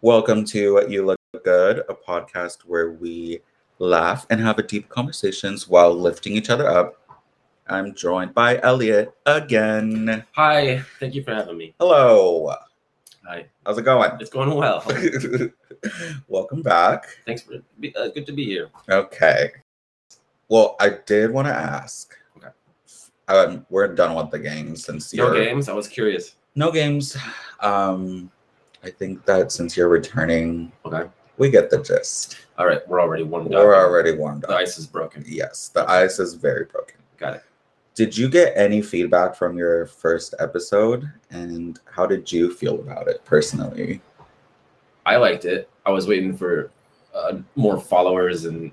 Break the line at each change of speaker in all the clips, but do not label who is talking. Welcome to You Look Good, a podcast where we laugh and have a deep conversations while lifting each other up. I'm joined by Elliot again.
Hi, thank you for having me.
Hello.
Hi,
How's it going?
it's going well.
Welcome back.
Thanks for be- uh, good to be here.
Okay. Well, I did want to ask.
Okay.
Um, we're done with the games since
No
you're
games. I was curious.
no games. Um, I think that since you're returning,
Okay.
we get the gist.
All right, we're already warmed up.
We're already warmed up.
The ice is broken.
Yes, the ice is very broken.
Got it.
Did you get any feedback from your first episode? And how did you feel about it personally?
I liked it. I was waiting for uh, more followers and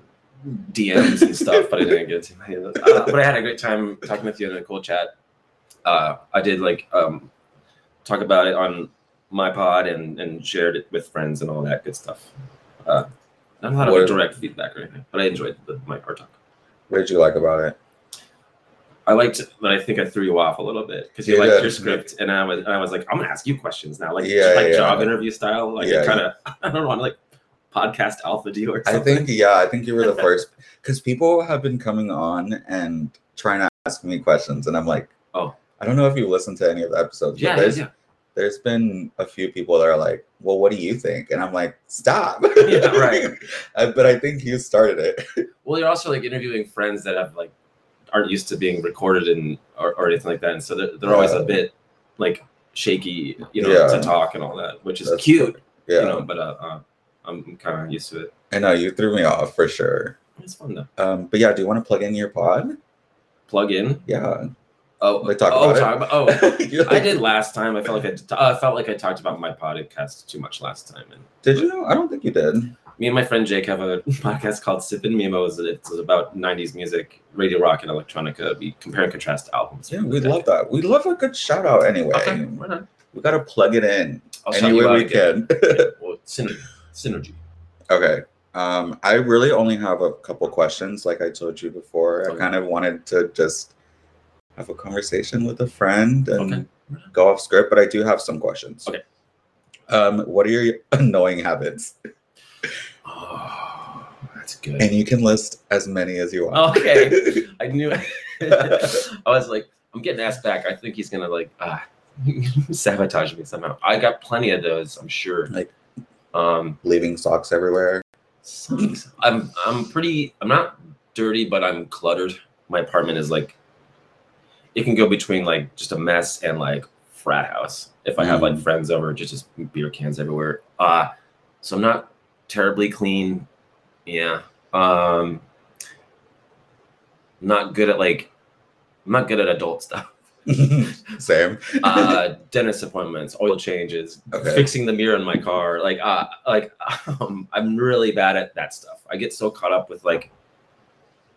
DMs and stuff, but I didn't get too many of those. Uh, but I had a great time talking with you in a cool chat. Uh, I did like um, talk about it on my pod and, and shared it with friends and all that good stuff. Uh, not a lot of
What-
direct feedback or anything, but I enjoyed the, my our talk.
What did you like about it?
I liked that. I think I threw you off a little bit because you
You
liked
did.
your script, and I was, and I was like, I'm gonna ask you questions now, like
Yeah,
like
yeah.
job interview style. Like
Yeah,
I kind of, I don't want to like podcast alpha do or
I
something.
think, yeah, I think you were the first because people have been coming on and trying to ask me questions. And I'm like,
Oh.
I don't know if you listened to any of the episodes. but
yeah,
there's,
yeah,
there's been a few people that are like, well, what do you think? And I'm like, stop.
Yeah, right.
I- but I think you started it.
yeah. Well, you're also like interviewing friends that have like aren't used to being recorded and or, or anything like that, and so they're, they're always a
Yeah.
bit like shaky, you know,
Yeah.
to talk and all that, which is
That's
cute,
Yeah.
you know. But uh, uh I'm kind of used to it.
I know you threw me off for sure.
It's fun though.
Um, but yeah, do you want to plug in your pod?
Plug in.
Yeah.
Oh,
Like, talk
oh,
about it.
talk about- oh.
You're
I
like,
did last time. I felt like I, t- uh, I felt like I talked about my podcast too much last time. And
Did you know? I don't think you did.
me and my friend Jake have a podcast called Sip and Memos. and It's about '90s music, radio rock, and electronica. We compare and contrast albums.
Yeah, we love that. We love a good shout out anyway.
Okay, right on.
We gotta plug it in
I'll shout
any way
you out
we
again.
can.
Yeah, well, synergy. synergy.
okay. Um, I really only have a couple questions, like I told you before. I
Okay.
kind of wanted to just have a conversation with a friend and
Okay.
go off script, but I do have some questions.
Okay.
Um, what are your annoying habits?
Oh, that's good.
And you can list as many as you want.
Okay, I knew. I was like, I'm getting asked back. I think he's gonna like ah, sabotage me somehow. I got plenty of those. I'm sure.
Like-
um.
Leaving socks everywhere.
Sucks. I'm I'm pretty I'm not dirty, but I'm cluttered. My apartment is like it can go between like just a mess and like frat house. If I have like
Mm.
friends over, just just beer cans everywhere. Uh so I'm not terribly clean. Yeah. Um not good at like I'm not good at adult stuff.
Same.
Uh dentist appointments, oil changes,
Okay.
fixing the mirror in my car like uh like um, i'm really bad at that stuff i get so caught up with like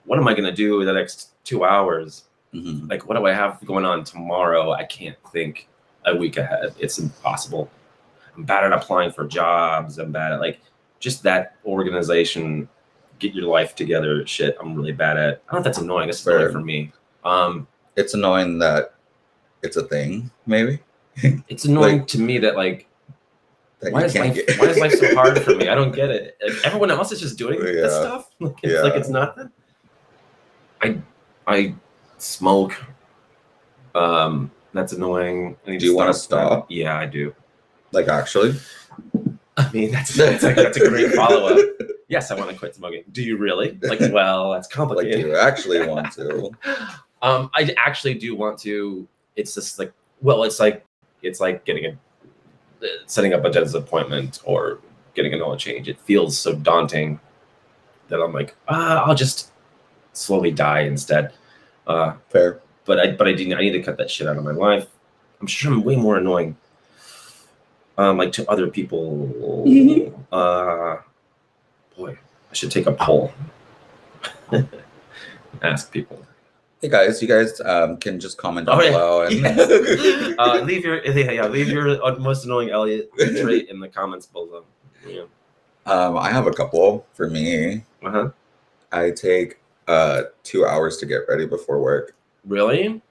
what am i going to do in the next two hours
Mhm.
like what do i have going on tomorrow i can't think a week ahead it's impossible i'm bad at applying for jobs i'm bad at like just that organization get your life together shit i'm really bad at i don't know if that's annoying that's annoying
Fair.
for me um
It's annoying that it's a thing, maybe.
it's annoying to me that like
That
why
you
is
can't
life
get-
why is life so hard for me? I don't get it. Like, everyone else is just doing
Yeah.
this stuff. Like it's like
Yeah.
it's nothing. I I smoke. Um, that's annoying. I need
Do you wanna
that.
stop?
Yeah, I do.
like actually?
I mean, that's that's, like, that's a great follow up. Yes, I want to quit smoking. Do you really? Like, well, that's
Like do
complicated.
you actually want to?
um, I actually do want to. It's just like, well, it's like, it's like getting a setting up a dentist appointment or getting an oil change. It feels so daunting that I'm like, ah, I'll just slowly die instead. Uh,
Fair.
but I, but I do. I need to cut that shit out of my life. I'm sure I'm way more annoying, um, like to other people. uh, boy, I should take a poll. Ask people.
Hey guys, you guys um, can just comment down
Oh, yeah.
below and
uh, leave your yeah, yeah, leave your most annoying Elliot trait in the comments below. Yeah.
um, I have a couple for me.
Uh huh.
I take uh two hours to get ready before work.
Really?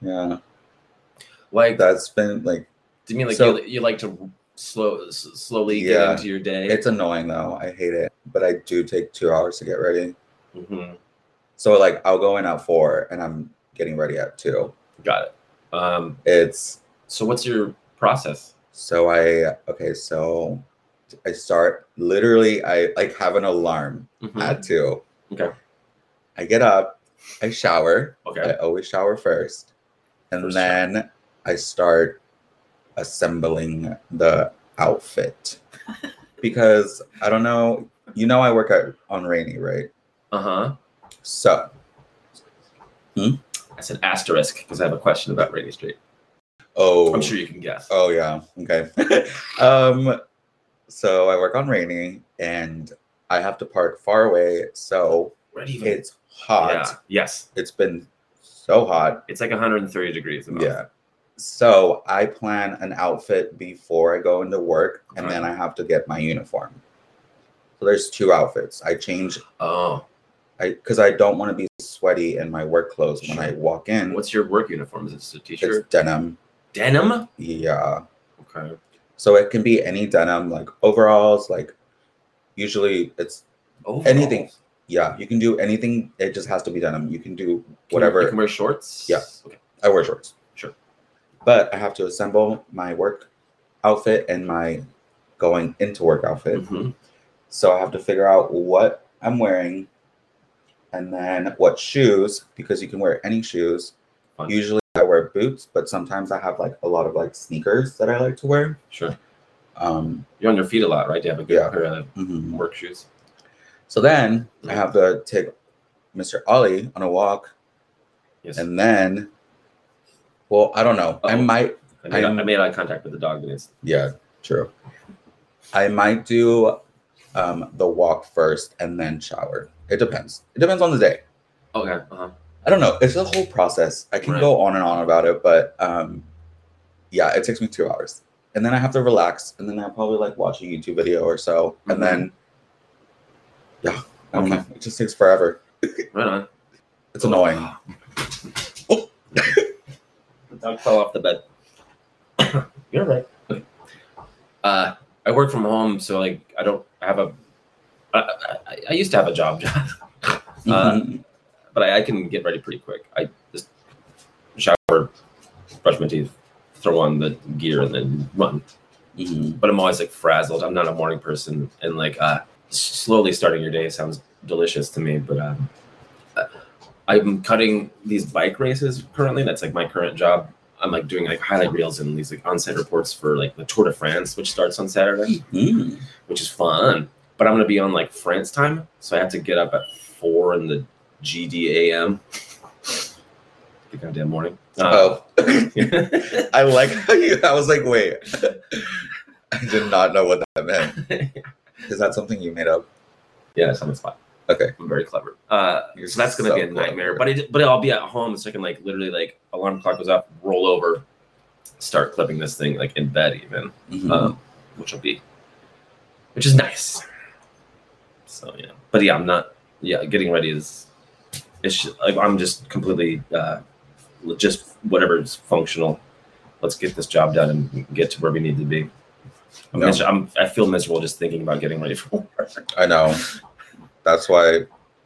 Yeah.
Like,
That's been like
do you mean like
So-
you, you like to slow, s- slowly get
Yeah.
into your day.
It's annoying though. I hate it, but I do take two hours to get ready.
Mhm.
So like I'll go in at four and I'm getting ready at two.
Got it. Um,
It's
so what's your process?
so I okay, so I start literally I like have an alarm
Mhm.
at two.
Okay.
I get up, I shower. I
Okay.
always shower first. And
First
then I start assembling the outfit. because I don't know, you know I work at on Rainy, right?
Uh huh.
So
I said asterisk because I have a question about Rainy Street.
oh
I'm sure you can guess.
Oh yeah. Okay. um so I work on rainy and I have to park far away, so
Where do you even-
it's hot.
Yeah. Yes.
It's been so hot.
It's like 130 degrees. about.
Yeah. So I plan an outfit before I go into work and
Uh-huh.
then I have to get my uniform. So there's two outfits. I change
Oh.
I because I don't want to be sweaty in my work clothes when I
Sure.
walk in.
What's your work uniform? Is it just a
it's
t-shirt?
denim.
Denim.
Yeah.
Okay.
So it can be any denim, like overalls, like usually it's
Oh.
Anything. yeah, you can do anything. It just has to be denim. You can do whatever.
You can wear shorts.
Yeah.
Okay.
I wear shorts.
Sure.
But I have to assemble my work outfit and my going into work outfit.
Mhm.
So I have to figure out what I'm wearing and then what shoes, because you can wear any shoes.
Fun.
Usually I wear boots, but sometimes I have like a lot of like sneakers that I like to wear.
Sure.
Um,
You're on your feet a lot, right? Do you have a good
Yeah.
pair of
mhm.
work shoes?
So then I have to take Mr. Ollie on a walk,
Yes.
and then, well, I don't know. I
Uh-oh.
might,
I made,
I'm-
I made eye contact with the dog. Denise.
yeah, true. I might do um, the walk first and then shower. It depends. It depends on the day.
Okay. Uh-huh.
I don't know. It's a whole process. I can
Right.
go on and on about it, but um, yeah, it takes me two hours, and then I have to relax, and then I probably like watch a YouTube video or so,
Mhm.
and then, yeah, I don't
Okay.
know. It just takes forever.
Right on.
It's annoying.
Uh, The dog fell off the bed. You're right. Uh, I work from home, so like I don't I have a. I, I, I used to have a job, Uh,
Mhm.
but I, I can get ready pretty quick. I just shower, brush my teeth, throw on the gear, and then run.
Mhm.
But I'm always like frazzled. I'm not a morning person, and like uh, s- slowly starting your day sounds delicious to me. But um, uh, I'm cutting these bike races currently. That's like my current job. I'm like doing like highlight reels and these like on-site reports for like the Tour de France, which starts on Saturday,
Mhm.
which is fun. But I'm gonna be on like France time, so I have to get up at four in the GDAM. The goddamn morning. Uh,
Oh, I like how you. I was like, wait, I did not know what that meant. Is that something you made up?
Yeah, it's on the spot.
Okay.
I'm very clever. Uh,
You're
so that's gonna
so
be a nightmare.
clever.
But it, but I'll be at home, so I can like literally like alarm clock goes up, roll over, start clipping this thing like in bed even,
Mm-hmm.
um, which will be, which is nice. So yeah, but yeah, I'm not. Yeah, getting ready is, it's ju- like I'm just completely, uh, just whatever's functional. Let's get this job done and get to where we need to be. I'm,
No.
mis- I'm I feel miserable just thinking about getting ready for work.
I know. That's why.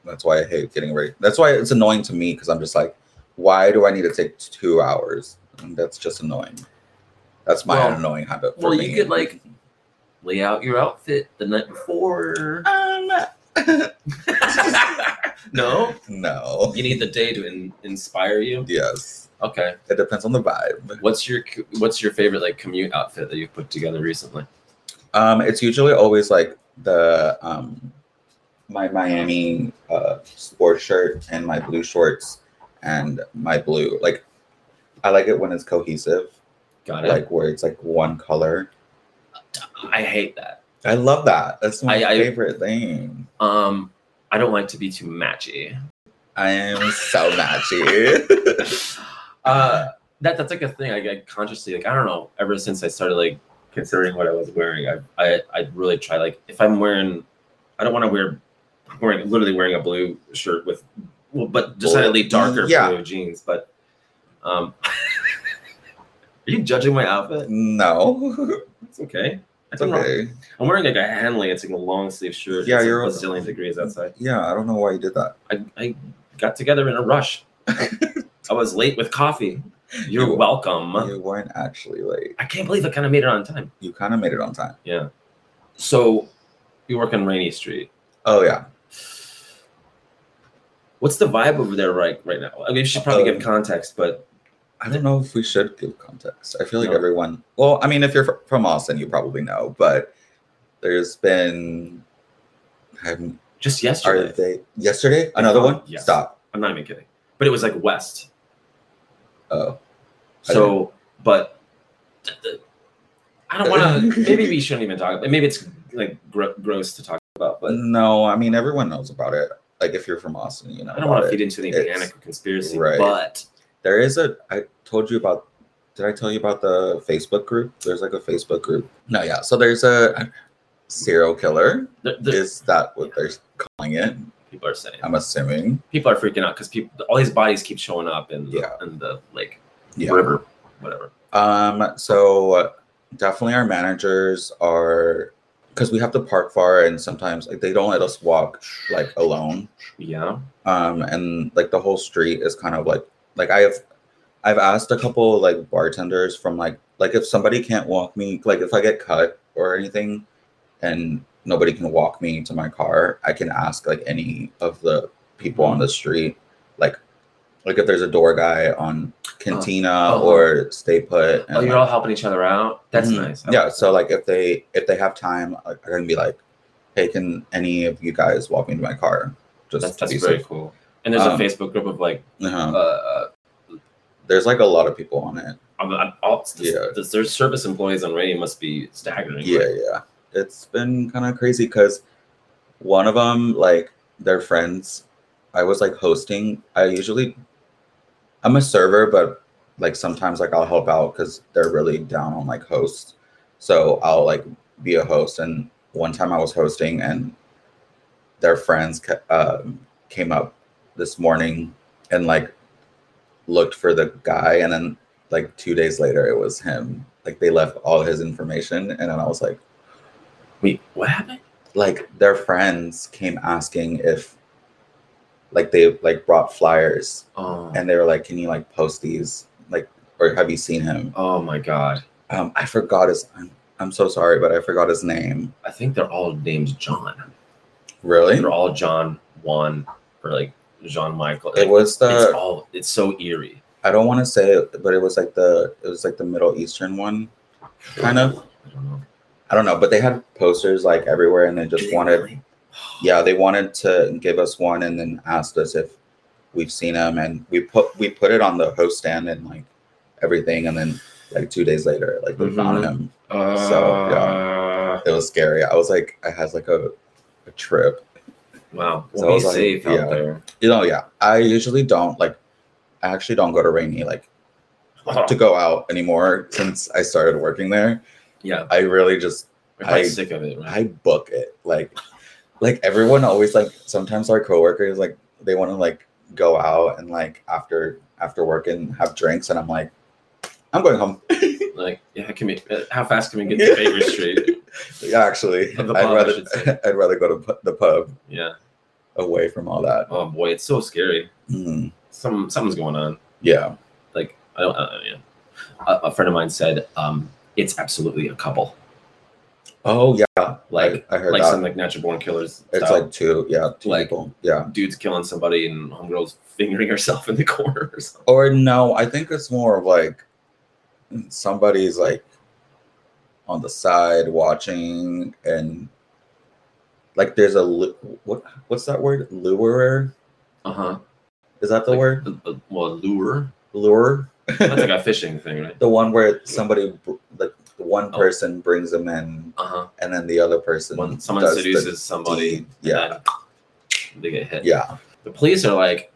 That's why I hate getting ready. That's why it's annoying to me because I'm just like, why do I need to take two hours? And that's just annoying. That's my
Well-
annoying habit. For
Well,
me.
you could like lay out your outfit the night before.
Um,
no,
no.
you need the day to in- inspire you.
Yes,
Okay,
it depends on the vibe.
what's your c- what's your favorite like commute outfit that you've put together recently?
Um, it's usually always like the um my Miami uh sports shirt and my blue shorts and my blue like I like it when it's cohesive,
Got it.
like where it's like one color.
I hate that.
I love that. That's my
I- I-
favorite thing.
Um, I don't like to be too matchy.
I am so matchy.
Uh, that that's like a thing I, I consciously like. I don't know. Ever since I started like considering what I was wearing, I I I really try like if I'm wearing, I don't want to wear, I'm wearing literally wearing a blue shirt with, well, but decidedly darker
Yeah.
blue jeans. But um, you judging my outfit?
No.
It's okay. I
It's
don't know.
okay.
I'm wearing like a Hanley. It's like a long sleeve shirt.
Yeah,
it's
you're-
like a bazillion degrees outside.
Yeah, I don't know why you did that.
I, I got together in a rush. I was late with coffee. You're
You-
welcome.
You weren't actually late.
I can't believe I kind of made it on time.
You kind of made it on time.
So, you work on Rainy Street.
Oh yeah.
What's the vibe over there right right now? I mean, you should probably give
Um,
context, but
I don't know if we should give context. I feel like
No.
everyone. Well, I mean, if you're fr- from Austin, you probably know. But there's been. I'm,
just
are
yesterday,
they yesterday? Another one?
Yes.
Stop.
I'm not even kidding. But it was like West.
Oh, I
So, but th- th- I don't want to. maybe we shouldn't even talk. about Maybe it's like gr- gross to talk about, but
no. I mean, everyone knows about it. Like, if you're from Austin, you know.
I don't want to
about
feed
it.
into any
It's-
panic or conspiracy.
right.
But
There is a. I told you about. Did I tell you about the Facebook group? There's like a Facebook group. No, yeah. So there's a serial killer.
the, the,
Is that what they're calling it?
people are saying
I'm assuming.
people are freaking out because people all these bodies keep showing up in the,
Yeah.
in the like
Yeah.
river, whatever.
Um, so definitely our managers are because we have to park far and sometimes like they don't let us walk like alone.
Yeah.
Um, and like the whole street is kind of like like I have I've asked a couple like bartenders from like like if somebody can't walk me, like if I get cut or anything and nobody can walk me to my car, I can ask like any of the people
Mm-hmm.
on the street, like like if there's a door guy on Cantina
oh.
or Stay Put.
Oh,
like,
you're all helping each other out. That's
Mhm.
nice. I
uh, Yeah.
like
So
that.
like if they if they have time, like, I can be like, hey, can any of you guys walk me to my car? Just
that's,
to
that's
be
very
safe.
cool. And there's
Um,
a Facebook group of like
Uh-huh.
uh,
There's like a lot of people on it.
I'm, I'm, all,
Yeah.
the, their service employees on Rainy must be staggering.
Yeah, yeah. It's been kind of crazy because one of them, like their friends, I was like hosting. I usually, I'm a server, but like sometimes like I'll help out because they're really down on like hosts. So I'll like be a host. And one time I was hosting, and their friends ca- um came up this morning and like looked for the guy, and then like two days later it was him like they left all his information and then i was like
Wait, what happened?
like their friends came asking if like they like brought flyers
Oh,
and they were like can you like post these like or have you seen him
oh my God.
um i forgot his i'm, I'm so sorry but i forgot his name
I think they're all named John.
really
They're all John Juan or like Jean Michael.
it was
it's
the
all. It's so eerie.
i don't want to say it but it was like the it was like the middle eastern one kind of
I don't know.
i don't know but they had posters like everywhere and they just
Did they
wanted
really?
yeah they wanted to give us one and then asked us if we've seen him and we put we put it on the host stand and like everything and then like two days later like they found him
Uh,
So, it was scary i was like i had like a, a trip
Wow.
So I
be
was like,
safe
yeah.
out there.
you know yeah i usually don't like i actually don't go to rainy like to go out anymore since i started working there
yeah.
i really just
We're probably
I-
sick of it, right?
I book it. Like, like everyone always like. Sometimes our coworkers like they want to like go out and like after after work and have drinks, and I'm like, I'm going home.
like, yeah, can we, uh, how fast can we get to Baker Street?
Yeah, actually,
The pub, I
I'd
should say.
rather I'd rather go to pu- the pub
Yeah.
away from all that.
Oh boy, it's so scary.
Mm,
Some something's going on.
yeah.
like I don't, I don't know. A, a friend of mine said um, it's absolutely a couple,
Oh yeah.
like
I, I heard
like
that.
some like natural born killers.
it's
style.
like two. Yeah, two
like-
people. Yeah.
dudes killing somebody and homegirls fingering herself in the corner or something.
Or no, I think it's more of like somebody's like on the side watching and like there's a lu- what what's that word lurer
Uh huh.
is that the word
Well, lure.
lure
That's like a fishing thing, right?
the one where somebody br- like one
Oh.
person brings them in
Uh huh.
and then the other person
When someone
Uh-huh. does the
seduces somebody,
deed. yeah
and then they get hit.
yeah
The police are like,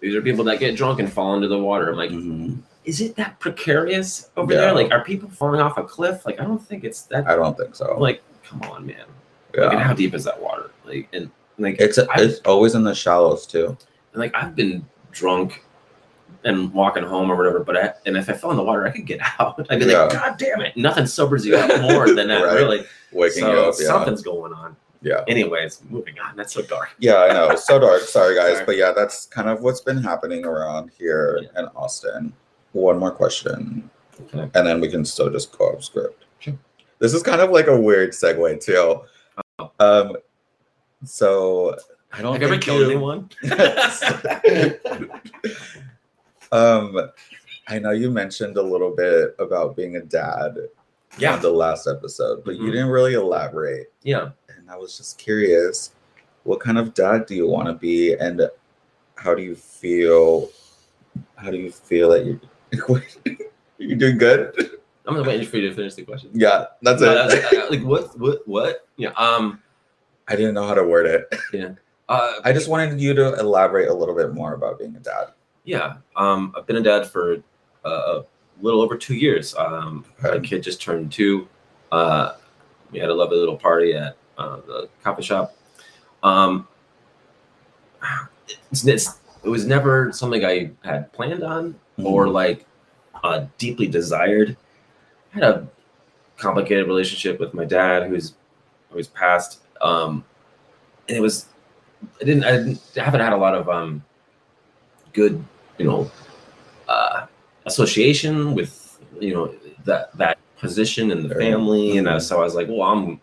these are people that get drunk and fall into the water. I'm like,
Mhm.
is it that precarious over
Yeah.
there? Like, are people falling off a cliff? Like, I don't think it's that.
I don't think so
like, come on, man. Like, and
yeah
how deep is that water? Like, and like,
it's
I-
it's always in the shallows too
like I've been drunk and walking home or whatever. But I, and if I fell in the water, I could get out. I'd be
Yeah.
like, God damn it! Nothing sobers you up more than that,
Right.
really.
Waking
so
you up. Yeah.
something's going on.
Yeah.
Anyways, moving on. That's so dark.
Yeah, I know. So dark. Sorry, guys.
Sorry.
But yeah, that's kind of what's been happening around here in Austin. One more question,
Okay.
and then we can still just go off script.
Sure.
This is kind of like a weird segue, too.
Oh.
Um, so I don't
Have you ever
think
killed
you-
anyone?
Um, I know you mentioned a little bit about being a dad on
yeah.
the last episode, but you
Mhm.
didn't really elaborate.
Yeah.
And I was just curious, what kind of dad do you want to be, and how do you feel? How do you feel that you? Are you doing good?
I'm just waiting for you to finish the question.
Yeah, that's
No,
it.
that was- uh, like what? What? What? Yeah. Um.
I didn't know how to word it.
Uh.
I just wanted you to elaborate a little bit more about being a dad.
Yeah. Um. I've been a dad for uh, a little over two years. Um. My
Okay.
kid just turned two. Uh. We had a lovely little party at uh, the coffee shop. Um. It's, it's, it was never something I had planned on Mm-hmm.
Mm-hmm.
or like uh, deeply desired. I had a complicated relationship with my dad, who's who's passed, um, and it was I didn't I, didn't, I haven't had a lot of um, good you know uh, association with you know that that position in the
Sure.
family, and uh, so I was like, well, I'm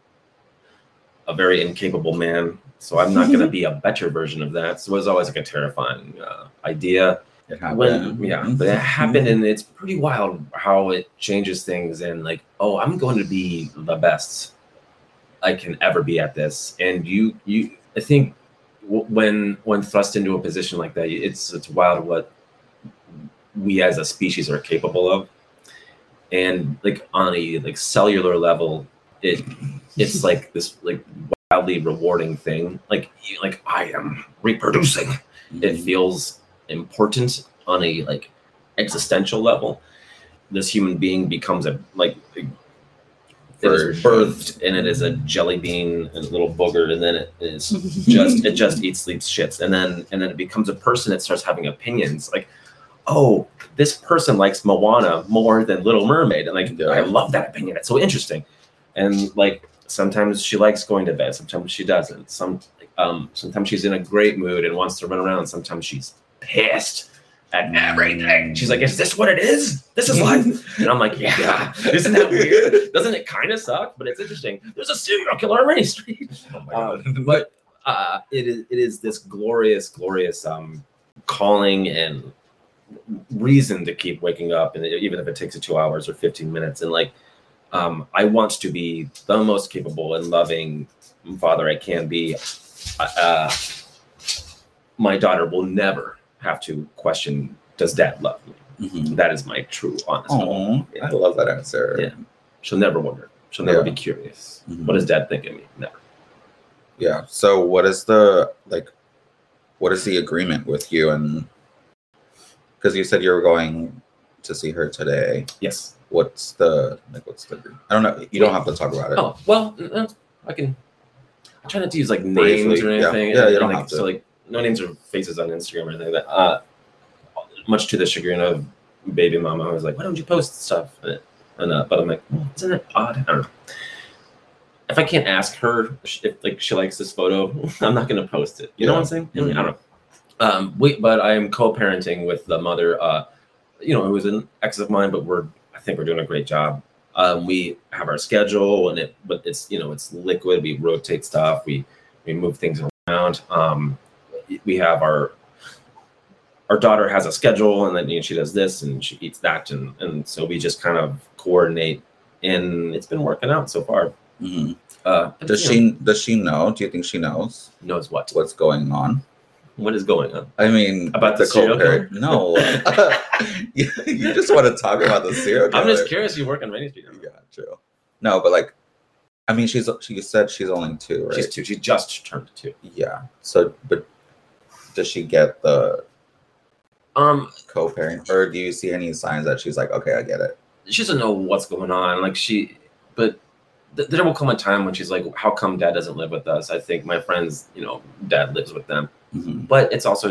a very incapable man. So I'm not going to be a better version of that. So it was always like a terrifying uh, idea
it happened.
when yeah but it happened and it's pretty wild how it changes things and like oh i'm going to be the best i can ever be at this and you you i think w- when when thrust into a position like that it's it's wild what we as a species are capable of and like on a like cellular level it it's like this like wildly rewarding thing like you- like i am reproducing
Mm-hmm.
it feels important on a like existential level this human being becomes a like it is
Version.
birthed and it is a jelly bean and a little booger and then it is just it just eats sleeps shits and then and then it becomes a person that starts having opinions like oh this person likes moana more than little mermaid and like
Yeah.
i love that opinion it's so interesting and like sometimes she likes going to bed sometimes she doesn't some um sometimes she's in a great mood and wants to run around sometimes she's pissed at everything she's like is this what it is this is life and i'm like yeah isn't that weird doesn't it kind of suck but it's interesting there's a serial killer on Rainy street
Oh my God.
um, but uh, it is it is this glorious, glorious um, calling and reason to keep waking up, and e-, even if it takes you two hours or fifteen minutes, and like um, I want to be the most capable and loving father I can be. Uh, my daughter will never have to question, "Does Dad love me?"
Mhm.
That is my true, honest. goal.
Aw, I love that answer.
mm-hmm." Yeah. She'll never wonder. She'll never
Yeah.
be curious.
Mhm.
What does Dad think of me? Never.
Yeah. So what is the like what is the agreement with you and because you said you were going to see her today.
Yes.
What's the like what's the I don't know. You don't have to talk about it.
Oh well, n- n- I can. I try not to use like names
Briefly,
or
yeah.
anything.
Yeah, you don't
like,
have to.
So like no names or faces on Instagram or anything like that. Uh, much to the chagrin of baby mama, I was like, why don't you post stuff? And uh, but I'm like, "Well, isn't that odd? I don't know. If I can't ask her sh- if like she likes this photo, I'm not gonna post it. You know
Yeah.
what I'm saying? I mean, I don't know. Um, we, but I am co-parenting with the mother. Uh, you know, it was an ex of mine, but we're I think we're doing a great job um, we have our schedule and it but it's you know it's liquid we rotate stuff we we move things around um, we have our our daughter has a schedule and then you know, she does this and she eats that and and so we just kind of coordinate and it's been working out so far
Mhm.
uh but,
Does
you
she does she know? Do you think she knows
know, knows what
what's going on?
what is going on
I mean
About the serial
co-parent- No. you, you just want to talk about the serial
i'm
killer.
just curious you work on rainy street
Yeah, true. No, but like I mean she's she said she's only two, right?
she's two she just turned two
Yeah. So, but does she get the
um
co-parent, or do you see any signs that she's like, okay, I get it?
she doesn't know what's going on. Like she, but th- there will come a time when she's like, "How come Dad doesn't live with us?" I think my friends, you know, Mm-hmm. Dad lives with them, but it's also,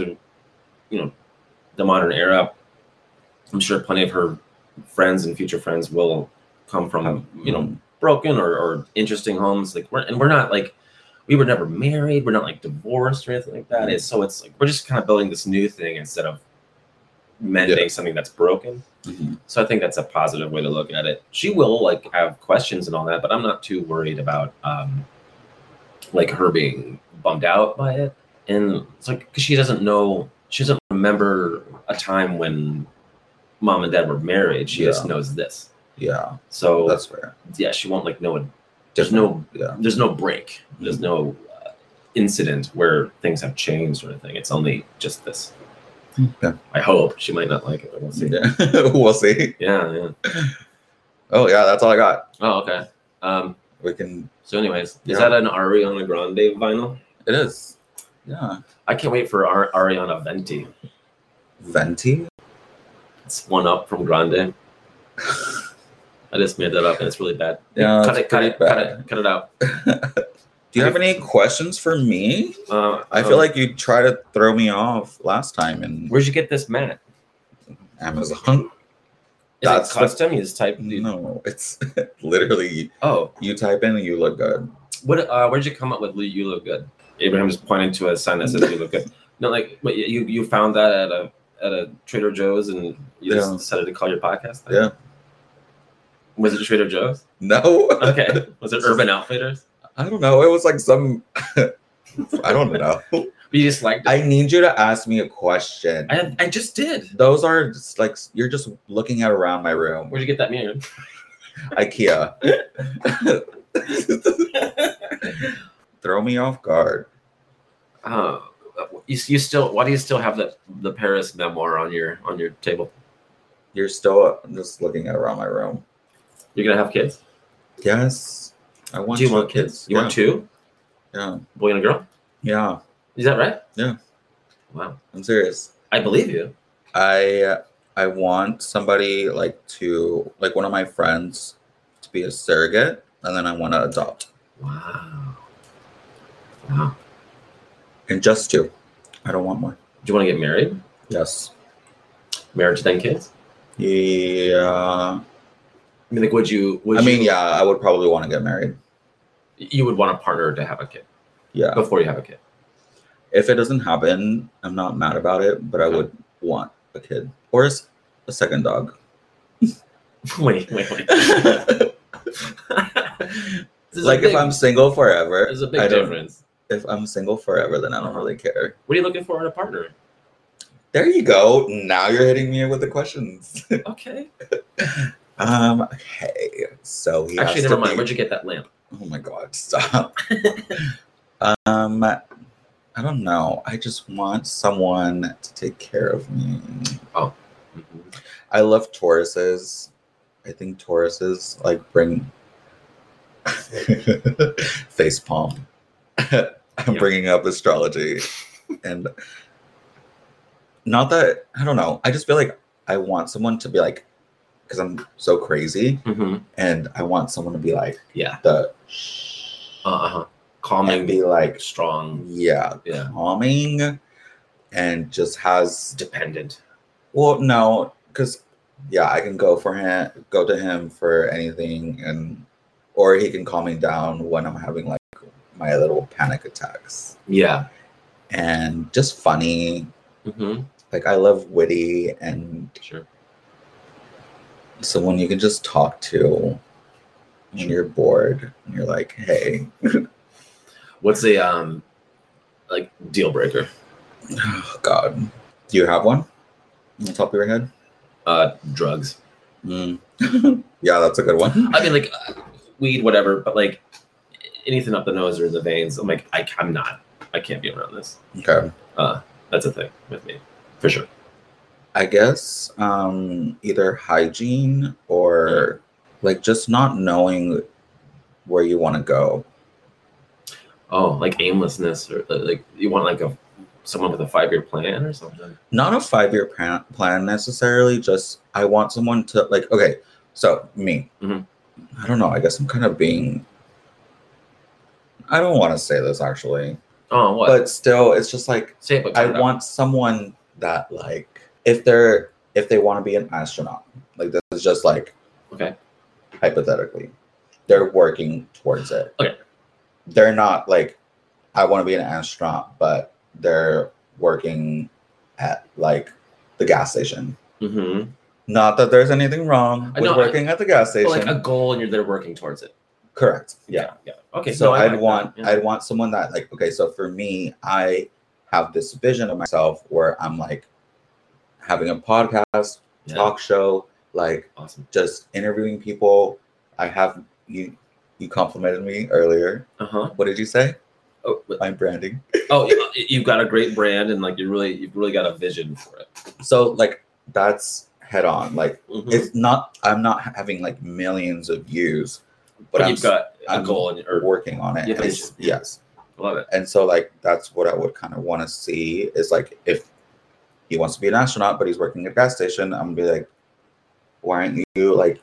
you know, the modern era. I'm sure plenty of her friends and future friends will come
Um,
from you know broken or, or interesting homes. Like we're and we're not like we were never married. We're not like divorced or anything like that.
Mm-hmm.
It's, so it's like we're just kind of building this new thing instead of mending
Yeah.
something that's broken.
Mhm.
So I think that's a positive way to look at it. She will like have questions and all that, but I'm not too worried about um like her being bummed out by it. And it's like because she doesn't know, she doesn't remember a time when mom and dad were married. She just knows this.
yeah,
So
that's fair.
yeah, she won't like know. There's no
Yeah,
there's no break. There's no uh, incident where things have changed or anything. It's only just this.
Yeah.
I hope she might not like it. We'll Hmm. see.
yeah. we'll see.
Yeah, yeah.
Oh yeah, that's all I got.
Oh, okay. Um.
We can.
So, anyways,
Yeah.
is that an Ariana Grande vinyl?
It is. Yeah,
I can't wait for Ar- Ariana Venti.
venti.
It's one up from Grande. I just made that up, and it's really bad.
Yeah,
cut
Uh, it's
it, cut
pretty
it, cut
bad.
it, cut it out.
Do you have any questions for me?
Uh,
I feel
um,
like you tried to throw me off last time in
where'd you get this mat?
Amazon.
Is
That's
it
the-
custom? you just type.
No, it's literally
Oh,
you type in and you look good.
What? Uh, where'd you come up with? You look good. Abraham just pointed to a sign that says "You look good." No, like what, you you found that at a at a Trader Joe's and you
Yeah.
just decided to call your podcast. that?
Yeah.
Was it Trader Joe's?
No,
Okay. Was it Urban Outfitters?
I don't know. It was like some. I don't know.
But you just liked it.
I need you to ask me a question.
I, I just did.
Those are just like you're just looking at around my room.
Where'd you get that mirror?
IKEA. Throw me off guard.
Uh, you, you still? Why do you still have that the Paris memoir on your on your table?
You're still just looking at around my room.
You're gonna have kids.
Yes, I want.
do you
two
want kids? You
yeah.
want two?
Yeah,
Boy and a girl.
yeah.
Is that right?
Yeah.
Wow.
I'm serious.
I believe you.
I I want somebody like to like one of my friends to be a surrogate, and then I want to adopt,
Wow. Wow.
and just two. I don't want more.
Do you want to get married?
Yes.
Marriage then kids?
Yeah.
I mean, like, would you? Would
I
you,
mean, yeah, I would probably want to get married.
You would want a partner to have a kid
Yeah.
before you have a kid.
If it doesn't happen, I'm not mad about it, but I
Okay.
would want a kid or a, s- a second dog.
wait, wait, wait. This is a
like
big-
if I'm single forever,
there's a big
I don't-
difference.
If I'm single forever, then I don't really care.
What are you looking for in a partner?
There you go. Now you're hitting me with the questions.
Okay.
um. Okay. So he has
Actually, never
to
mind.
be-
Where'd you get that lamp?
oh my god! Stop. um. I don't know. I just want someone to take care of me. I love Tauruses. I think Tauruses like bring face palm. I'm
Yeah.
bringing up astrology, and not that I don't know. I just feel like I want someone to be like, because I'm so crazy,
Mm-hmm.
and I want someone to be like
Yeah.
the
Uh huh.
and
Calming,
be like,
strong,
yeah,
Yeah.
calming, and just has
dependent.
Well, no, because yeah, I can go for him, go to him for anything, and or he can calm me down when I'm having like my little panic attacks,
Yeah.
and just funny.
Mm-hmm.
Like I love witty and
Sure.
someone you can just talk to when you're bored. And you're like, hey,
What's a um, like deal breaker?
oh God, do you have one? On the top of your head?
Uh, drugs.
Mm. yeah, that's a good one.
I mean, like uh, weed, whatever, but like anything up the nose or in the veins, I'm like, I, I'm not, I can't be around this.
Okay.
That's a thing with me, for sure.
I guess um, either hygiene or like just not knowing where you want to go.
Oh, like aimlessness, or li- like you want like a someone with a five year plan or something.
Not a five year plan, plan necessarily, just I want someone to like, okay, so me.
Mhm.
I don't know. I guess I'm kind of being. I don't want to say this actually,
Oh, what?
but still, it's just like
Say it, but
I
cut it out.
want someone that, like, if they're if they want to be an astronaut. Like this is just like
Okay.
hypothetically. They're working towards it.
Okay.
They're not like I want to be an astronaut, but they're working at like the gas station.
Mm-hmm.
Not that there's anything wrong
I
with
know, I-
working at the gas station.
like a goal, and you're there working towards it.
Correct. Yeah.
Yeah. Okay.
So
no, I
I'd
like
want
That. Yeah.
I'd want someone that like okay. So for me, I have this vision of myself where I'm like having a podcast,
Yeah.
talk show, like
Awesome.
just interviewing people. I have you. You complimented me earlier.
Uh huh.
What did you say?
Oh, but-
My branding.
oh, you- you've got a great brand, and like you really, you've really got a vision for it.
So like that's head on. Like
Mhm.
it's not. I'm not having like millions of views, but,
But
I'm
you've got
I'm
a goal, and
s-
or
working on it.
Yeah,
And it's-
vision.
yes.
love it.
and so like that's what I would kind of want to see is like if he wants to be an astronaut but he's working at a gas station, I'm gonna be like, why aren't you like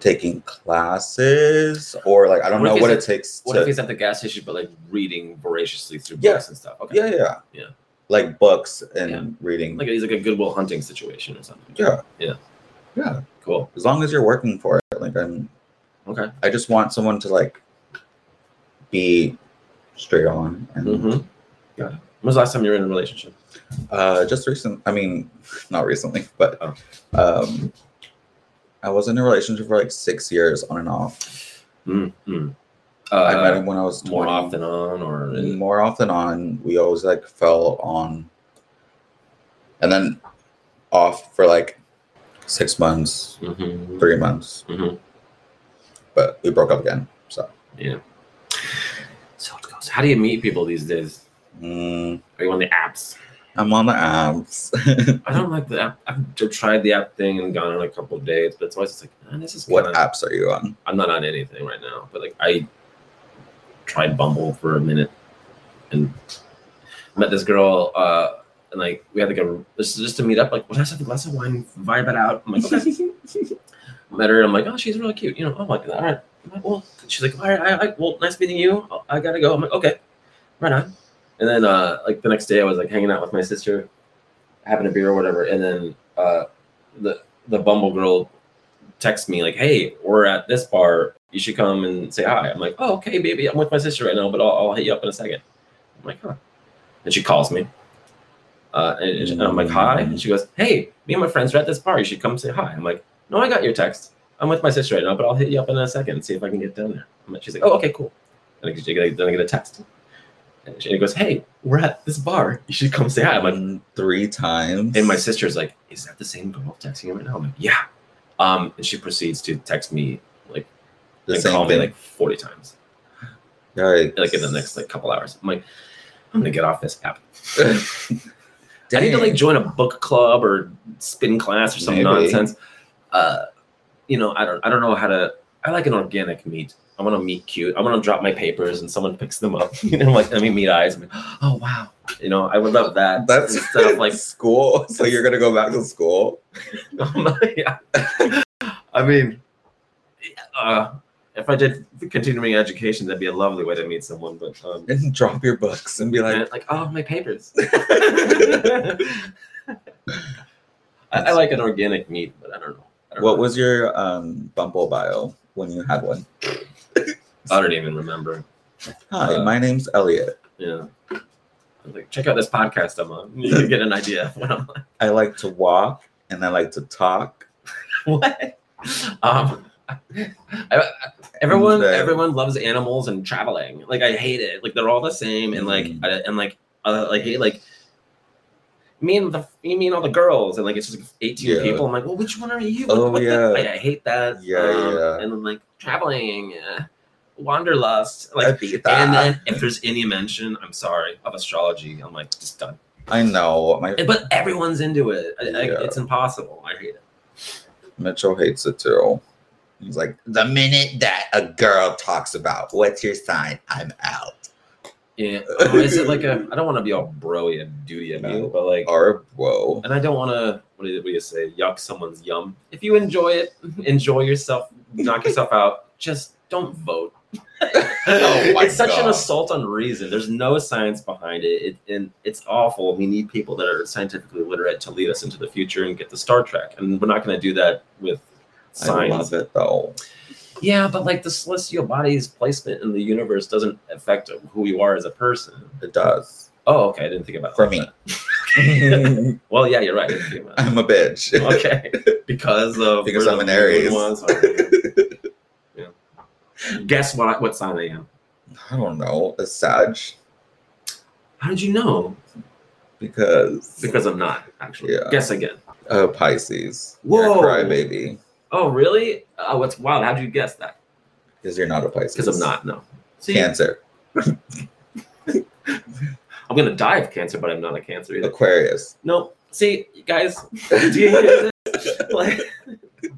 taking classes or like I don't
What if
know
he's
what
at-
it takes
What
to
if he's at the gas station, but like reading voraciously through
Yeah.
books and stuff? Okay.
yeah yeah
Yeah.
like books and
Yeah.
reading
Like he's like a Goodwill Hunting situation or something.
yeah
Yeah.
yeah
Cool.
as long as you're working for it like I'm
Okay.
I just want someone to like be straight on and
Mm-hmm. Got it. When was the last time you were in a relationship?
Uh, just recent. I mean, not recently, but
Oh.
um, I was in a relationship for like six years on and off.
Mm-hmm. Uh,
I met him when I was 20.
more off than on, or
More off than on. We always like fell on, and then off for like six months,
Mhm.
three months.
Mhm.
But we broke up again. So
yeah. So it goes. How do you meet people these days?
mm,
Are you on the apps?
I'm on the apps.
I don't like the app. I've j- tried the app thing and gone on a couple of dates, but it's always just like, man, this is
what
kinda-
apps are you on?
I'm not on anything right now, but like I tried Bumble for a minute and met this girl, uh, and like we had like a just, just to meet up, like well, let's have a glass of wine, vibe it out. I'm like, okay. met her, and I'm like, oh, she's really cute, you know. I'm like, all right, I'm like, well, she's like, all right, I, I, well, nice meeting you. I I gotta go. I'm like, okay, right on. And then uh, like the next day, I was like hanging out with my sister, having a beer or whatever, and then uh, the the Bumble girl texts me like, "Hey, we're at this bar. You should come and say hi." I'm like, "Oh, okay, baby. I'm with my sister right now, but I'll, I'll hit you up in a second. I'm like, "Huh?" And she calls me, uh, and, and she- and I'm like, "Hi," and she goes, "Hey, me and my friends are at this bar. You should come say hi." I'm like, "No, I got your text. I'm with my sister right now, but I'll hit you up in a second and see if I can get down there." I'm like, she's like, "Oh, okay, cool." And I get- I get- then I get a text, and she goes, "Hey, we're at this bar. You should come say hi." I'm like,
Mm, three times.
and my sister's like, "Is that the same girl texting you right now?" I'm like, "Yeah." Um, and she proceeds to text me
the
and
same
call
thing.
me like 40 times, like in the next like couple hours. I'm like, I'm gonna get off this app. I need to like join a book club or spin class or some
Maybe.
nonsense. Uh, you know, I don't, I don't know how to. I like an organic meet. I want to meet cute. I want to drop my papers and someone picks them up. you know, like let me meet eyes. I'm like, oh wow. You know, I would love that.
That's
instead of like
school. So you're gonna go back to school?
yeah. I mean, uh, if I did continuing education, that'd be a lovely way to meet someone. But um,
And drop your books and be like,
like, oh, my papers. I, I like an organic meat, but I don't know. I don't,
what
know.
was your um Bumble bio when you had one?
I don't even remember.
Hi,
Uh,
my name's Elliot.
Yeah. I was like, check out this podcast I'm on. You can get an idea of what I'm like.
I like to walk and I like to talk.
What? Um, I- I- everyone,
Okay.
everyone loves animals and traveling. Like I hate it. Like they're all the same, and like
Mm.
I, and like uh, like hey like me and the you mean all the girls, and like it's just like eighteen
Yeah.
people. I'm like, well, which one are you?
Oh,
the-
yeah.
Like, I hate that. Um,
Yeah, yeah.
And then like traveling, uh, wanderlust, like.
Evita.
and then if there's any mention, I'm sorry, of astrology, I'm like just done.
I know my
And- But everyone's into it. I, I,
Yeah.
it's impossible. I hate it.
Mitchell hates it too. He's like, the minute that a girl talks about what's your sign, I'm out.
Yeah. Or is it like a? I don't want to be all broy and duty about
You
it, but like,
Or whoa.
and I don't want to. What do you- what do you say? Yuck someone's yum. If you enjoy it, enjoy yourself. Knock yourself out. Just don't vote.
Oh my
it's such an
God.
assault on reason. There's no science behind it. it, and it's awful. We need people that are scientifically literate to lead us into the future and get the Star Trek, and we're not going to do that with
I love
science.
it though.
Yeah, but like the celestial body's placement in the universe doesn't affect who you are as a person.
It does
Oh, okay. I didn't think about it
for
like
me.
that. Well, yeah, you're right. I didn't think about it.
I'm a bitch.
okay, because of
Because
where
I'm
the
an
moon
Aries.
was, or- yeah. Guess what? What sign I am?
I don't know. A Sag
How did you know?
because
Because I'm not actually.
Yeah.
Guess again.
uh, Pisces.
Whoa.
You're a crybaby.
Oh, really? Oh, that's wild. How did you guess that?
Because you're not a Pisces.
Because I'm not. No. See,
Cancer.
I'm gonna die of cancer, but I'm not a cancer either.
Aquarius.
No. See, you guys, do you hear this? like,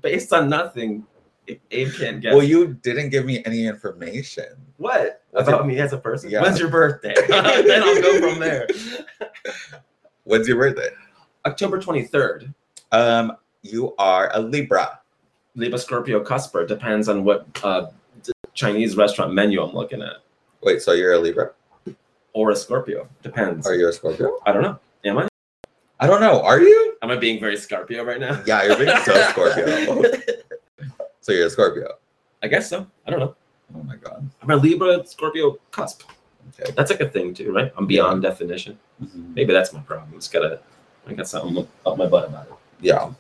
based on nothing, Abe can't guess.
Well, you didn't give me any information.
what
What's
about
your-
me as a person?
Yeah.
When's your birthday? then I'll go from there.
When's your birthday?
October 23rd.
Um, you are a Libra.
Libra Scorpio Cusper depends on what uh, d- Chinese restaurant menu I'm looking at,
Wait, so you're a Libra?
or a Scorpio depends.
Are you a Scorpio?
I don't know. Am I?
I don't know. Are you?
Am I being very Scorpio right now?
Yeah, you're being so Scorpio. So you're a Scorpio.
I guess so. I don't know.
Oh my god.
I'm a Libra Scorpio cusp.
Okay.
That's like a thing too, right? I'm beyond definition. Maybe that's my problem. It's gotta. I got something up- up my butt about it.
Yeah.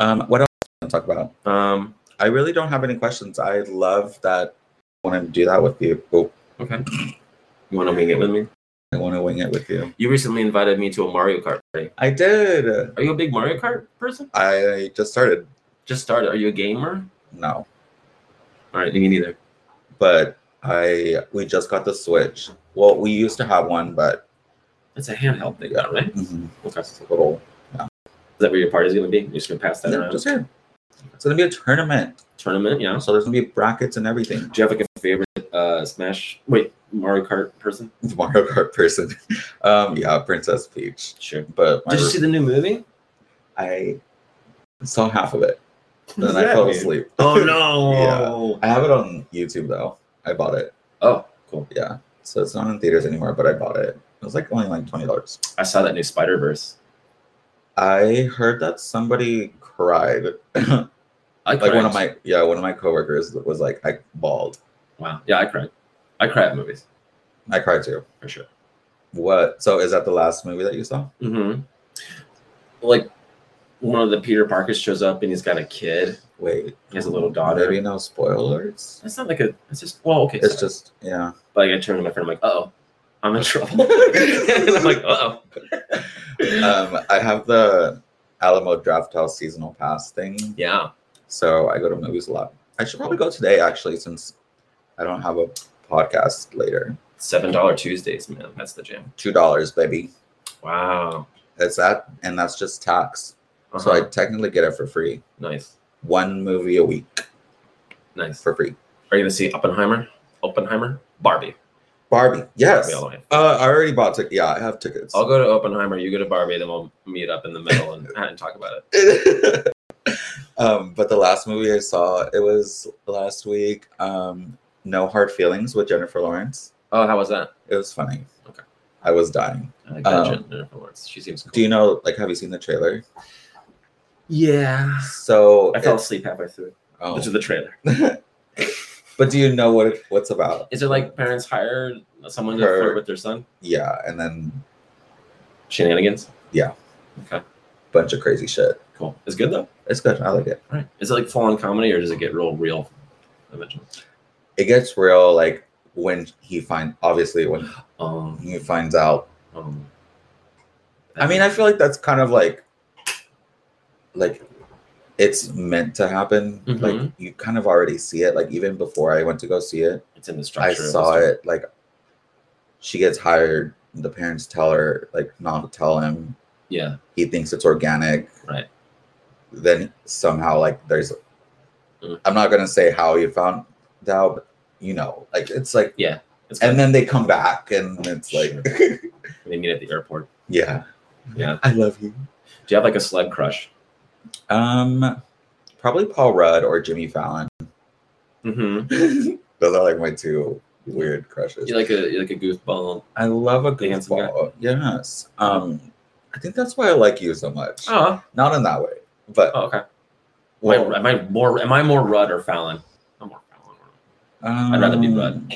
Um, what else do you want to talk about?
Um.
I really don't have any questions. I love that I want to do that with you. Oh,
Okay. You want to wing it with me?
I want to wing it with you.
You recently invited me to a Mario Kart party.
I did.
Are you a big Mario Kart person?
I just started.
Just started. Are you a gamer?
No.
All right, me neither.
But I we just got the Switch. Well, we used to have one, but
That's a handheld thing, now, right?
Mm-hmm.
Okay.
it's a little
Is that where your party's gonna be? You're just gonna pass that around?
just here. It's gonna be a tournament.
Tournament, yeah.
So there's gonna be brackets and everything.
Do you have like a favorite uh Smash wait, Mario Kart person?
Mario Kart person. Um, yeah, Princess Peach.
Sure.
But my
Did you see the new movie?
I saw half of it.
does
Then I
that
fell
mean?
asleep.
Oh no.
I have it on YouTube though. I bought it.
Oh, cool.
Yeah. So it's not in theaters anymore, but I bought it. It was like only like twenty dollars.
I saw that new Spider Verse.
I heard that somebody cried. like
I cried.
one of my yeah, one of my coworkers was like, I bawled.
Wow. Yeah, I cried. I cry at movies
I cried too.
for sure.
What? So is that the last movie that you saw?
Mm-hmm. Like one of the Peter Parkers shows up and he's got a kid.
Wait,
He has a little daughter.
Maybe no spoilers.
That's not like a. It's just well, okay.
It's
sorry.
just yeah.
like I turned to my friend, I'm like, oh, I'm in trouble. and I'm like, oh. Uh,
Um, I have the Alamo Draft House seasonal pass thing.
Yeah.
So I go to movies a lot. I should probably go today actually, since I don't have a podcast later.
Seven dollar Tuesdays, man. That's the jam.
Two dollars, baby.
Wow.
That's that, and that's just tax.
Uh-huh.
So I technically get it for free.
nice.
One movie a week
Nice.
for free.
Are you gonna see Oppenheimer? Oppenheimer? Barbie.
Barbie, yes.
Barbie all the way.
Uh, I already bought tickets. Yeah, I have tickets.
I'll go to Oppenheimer, you go to Barbie, then we'll meet up in the middle and, and talk about it.
um, but the last movie I saw, it was last week. Um, no hard feelings with Jennifer Lawrence.
Oh, how was that?
It was funny.
Okay.
I was dying.
I like that
Um,
Jennifer Lawrence. She seems cool.
Do you know? Like, have you seen the trailer?
yeah.
So
I fell
it's-
asleep halfway through.
oh.
This is the trailer.
But do you know what it, what's about?
Is it like parents hire someone to
Her-
flirt with their son?
Yeah, and then
Shenanigans?
Yeah.
Okay.
bunch of crazy shit.
Cool. It's good though.
It's good. I like it.
Right. Is it like full on comedy or does it get real real eventually?
It gets real like when he find obviously when
Um,
he finds out.
um
I mean, I feel like that's kind of like like it's meant to happen.
Mhm.
Like you kind of already see it. Like even before I went to go see it,
it's in the structure.
I
of the
saw
story.
it. Like she gets hired. The parents tell her like not to tell him.
Yeah.
he thinks it's organic.
Right.
Then somehow, like, there's,
Mm.
I'm not gonna say how you found out, but you know, like, it's like,
It's good.
and then they come back, and it's like,
they meet at the airport.
yeah,
Yeah.
I love you.
Do you have like a celeb crush?
Um, probably Paul Rudd or Jimmy Fallon.
Mm-hmm.
Those are like my two weird crushes.
You like a you like a goofball.
I love a
The handsome guy.
goofball. Yes. Um, I think that's why I like you so much.
Oh,
Not in that way, but
oh okay. Am I-
well,
am, I, more am I more Rudd or Fallon? I'm more Fallon.
I'd
rather be Rudd.
um,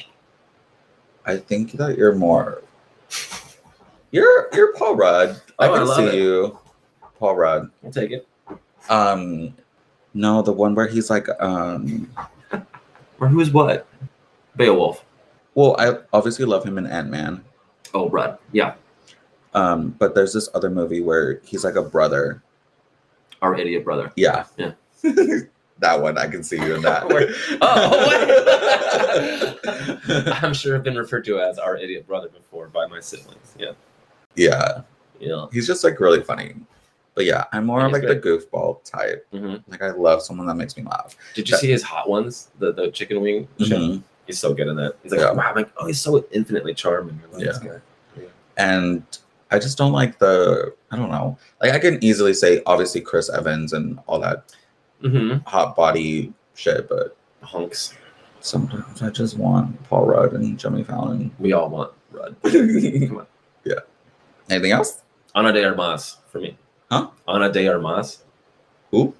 I think that you're more. You're you're Paul Rudd. I
Oh, I
can
love
see
it.
you, Paul Rudd.
I'll take it.
Um, no, the one where he's like, um,
Or who's what? Beowulf.
well, I obviously love him in Ant Man.
Oh, Rudd. Yeah,
Um, but there's this other movie where he's like a brother.
our idiot brother.
Yeah.
Yeah.
that one I can see you in that.
Where- Oh, I'm sure I've been referred to as our idiot brother before by my siblings. Yeah,
yeah,
yeah.
he's just like really funny. But yeah, I'm more
He's
like the goofball type.
hmm
Like I love someone that makes me laugh.
Did you see his hot ones? The the chicken wing. show?
Mhm.
He's so good in that. He's like,
Yeah.
wow, I'm like, oh, he's so infinitely charming. I love this guy.
And I just don't like the I don't know. Like I can easily say obviously Chris Evans and all that
Mm-hmm.
hot body shit, but
Hunks.
sometimes I just want Paul Rudd and Jimmy Fallon.
We all want Rudd.
Come
on.
Yeah. Anything else?
Ana de Armas for me.
Huh?
Ana de Armas.
Who?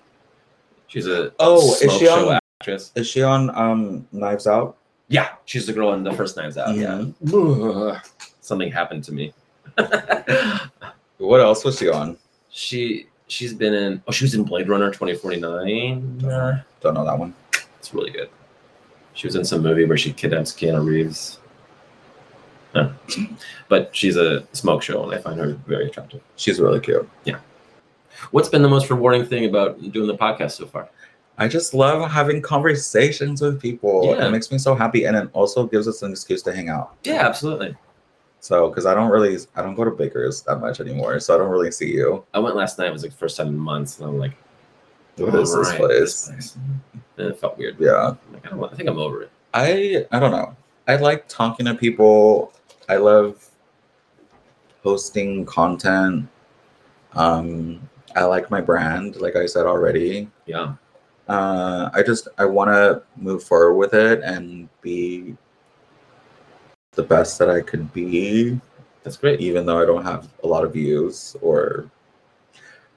She's a
Oh, is
smoke
she
show
on-
actress.
Is she on um Knives Out?
Yeah, she's the girl in the first Knives Out. Yeah.
Mm-hmm.
Ugh. Something happened to me.
What else was she on?
she she's been in. Oh, she was in Blade Runner 2049. Uh,
Don't know that one.
It's really good. She was in some movie where she kidnaps Keanu Reeves. Huh. But she's a smoke show, and I find her very attractive.
She's really cute.
What's been the most rewarding thing about doing the podcast so far?
I just love having conversations with people.
Yeah.
It makes me so happy, and it also gives us an excuse to hang out.
Yeah, absolutely.
So, because I don't really, I don't go to Baker's that much anymore, so I don't really see you.
I went last night. It was like the first time in months, and I'm like,
What is this
"Alright,
place?
place?" And it felt weird.
Yeah,
I'm like, I, don't want, I think I'm over it.
I, I don't know. I like talking to people. I love posting content. Um, I like my brand, like I said already.
Yeah,
uh, I just I want to move forward with it and be the best that I could be,
that's great.
even though I don't have a lot of views or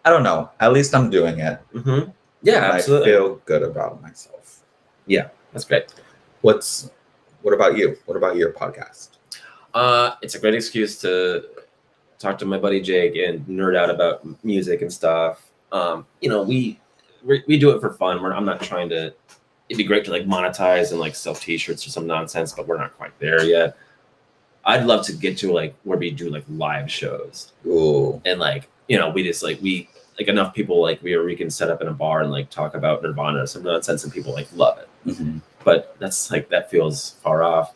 I don't know. At least I'm doing it.
hmm Yeah,
and
absolutely.
I feel good about myself.
that's great.
What's what about you? What about your podcast?
Uh, it's a great excuse to talk to my buddy Jake and nerd out about m- music and stuff. Um, you know, we we we do it for fun. We're, I'm not trying to. It'd be great to like monetize and like sell T-shirts or some nonsense, but we're not quite there yet. I'd love to get to like where we do like live shows
Ooh,
and like you know we just like we like enough people like we we can set up in a bar and like talk about Nirvana or some nonsense and people like love it
mhm.
but that's like that feels far off.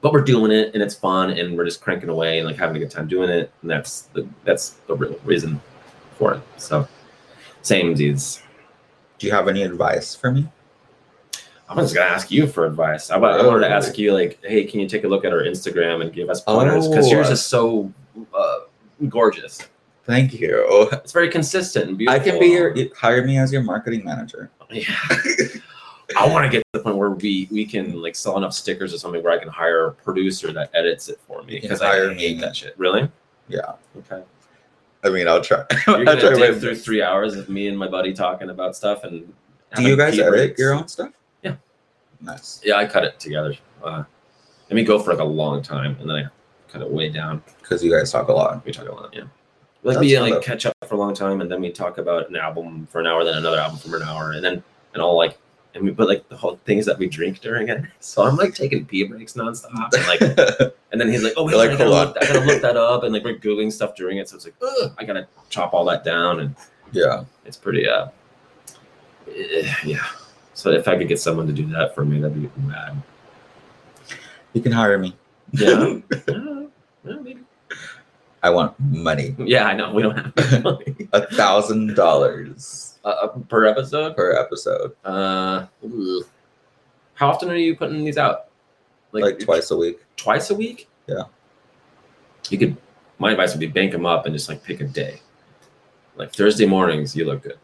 But we're doing it and it's fun and we're just cranking away and like having a good time doing it and that's the that's the real reason for it. So same dudes.
do you have any advice for me?
I was gonna ask you for advice. I, wa- I wanted to ask you like, hey, can you take a look at our Instagram and give us pointers because
Oh.
yours is so uh, gorgeous.
Thank you.
It's very consistent and
I
beautiful.
can be your hire me as your marketing manager.
Yeah. I want to get to the point where we we can like sell enough stickers or something where I can hire a producer that edits it for me
You can
because
hire
I
me.
hate that shit. Really?
Yeah.
Okay.
I mean, I'll try.
You're
I'll try
gonna dig
my
through
best.
three hours of me and my buddy talking about stuff and.
Do
having
you guys
pee
edit
breaks.
your own stuff?
Yeah.
Nice.
Yeah, I cut it together. Uh, let me go for like a long time and then I cut it way down.
Because you guys talk a lot.
We talk a lot, yeah. Like
That's
we
kind
like
of-
catch up for a long time and then we talk about an album for an hour, then another album for an hour, and then and all like and we put like the whole things that we drink during it. So I'm like taking pee breaks nonstop and like and then he's like, Oh wait,
You're like,
I, gotta
"Hold on."
look, I gotta look that up and like we're googling stuff during it. So it's like, Ugh, I gotta chop all that down and
yeah.
it's pretty uh eh, yeah. So if I could get someone to do that for me, that'd be mad.
You can hire me.
Yeah. yeah, yeah, maybe.
I want money.
yeah, I know. We don't have money.
A thousand dollars
uh, uh, per episode.
per episode.
Uh, ugh. how often are you putting these out?
Like, twice a week.
twice a week.
Yeah.
You could. My advice would be bank them up and just like pick a day. Like Thursday mornings, you look good.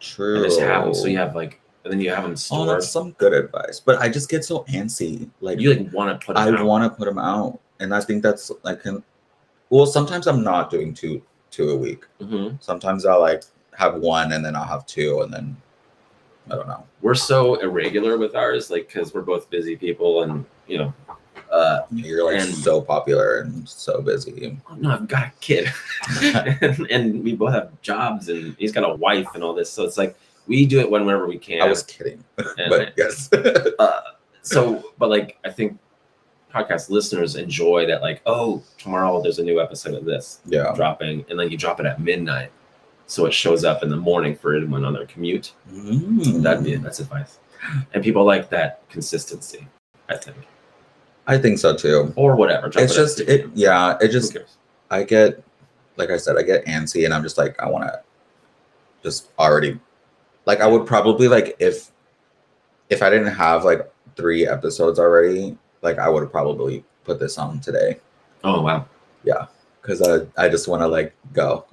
True.
And this happens, so you have like and then you have them
Oh,
stored.
that's some good advice. But I just get so antsy. Like,
you like want to put.
I
them out.
want to put them out, and I think that's like, an- well, sometimes I'm not doing two two a week.
Mhm.
Sometimes I like have one, and then I'll have two, and then I don't know.
We're so irregular with ours, like because we're both busy people, and you know, uh,
You're like
And-
so popular and so busy.
oh, no, I've got a kid, and, and we both have jobs, and he's got a wife and all this, so it's like we do it whenever we can.
I was kidding,
and-
but yes,
so but like i think podcast listeners enjoy that like oh tomorrow there's a new episode of this
yeah.
dropping and then you drop it at midnight so it shows up in the morning for everyone on their commute that'd be
Mm.
that's advice and people like that consistency i think
I think so too.
or whatever drop
It's
at
just
3
it,
p.m.
yeah. It
Who
just
cares?
I get, like I said, I get antsy, and I'm just like, I want to, just already, like I would probably like if, if I didn't have like three episodes already, like I would probably put this on today
oh wow
because I I just want to like go.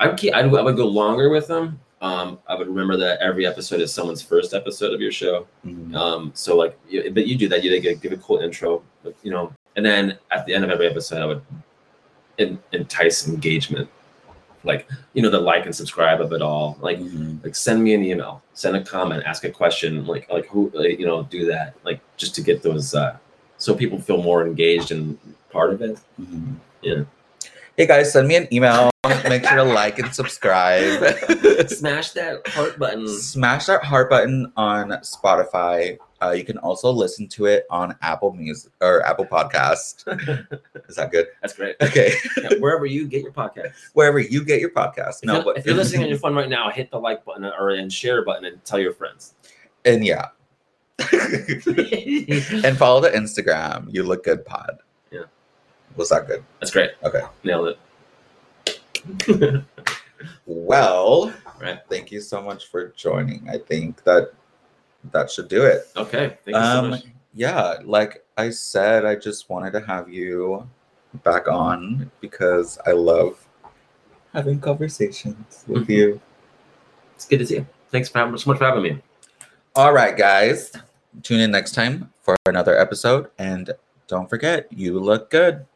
I would, keep, I would I would go longer with them um, I would remember that every episode is someone's first episode of your show. Um, so like, you, but you do that. You like, give a cool intro, but, you know, and then at the end of every episode, I would en- entice engagement, like you know, the like and subscribe of it all. Like,
Mhm.
like send me an email, send a comment, ask a question, like like who like, you know, do that, like just to get those, uh, so people feel more engaged and part of it.
Mhm.
Yeah.
Hey guys, send me an email. Make sure to like and subscribe.
Smash that heart button.
Smash that heart button on Spotify. Uh, you can also listen to it on Apple Music or Apple Podcast. Is that good?
That's great.
Okay.
Yeah, wherever you get your podcast.
wherever you get your podcast.
If,
No,
you're,
but
if you're listening on your phone right now, hit the like button or and share button and tell your friends.
and yeah, and follow the Instagram. You look good, pod.
Yeah.
was that good?
That's great.
Okay.
Nailed it.
Well,
Right.
thank you so much for joining. I think that that should do it.
Okay. Thank you so
Um,
much.
yeah, like I said, I just wanted to have you back on because I love having conversations with
Mhm.
you.
It's good to see you. Thanks for having, so much for having me.
All right, guys. Tune in next time for another episode. And don't forget, you look good.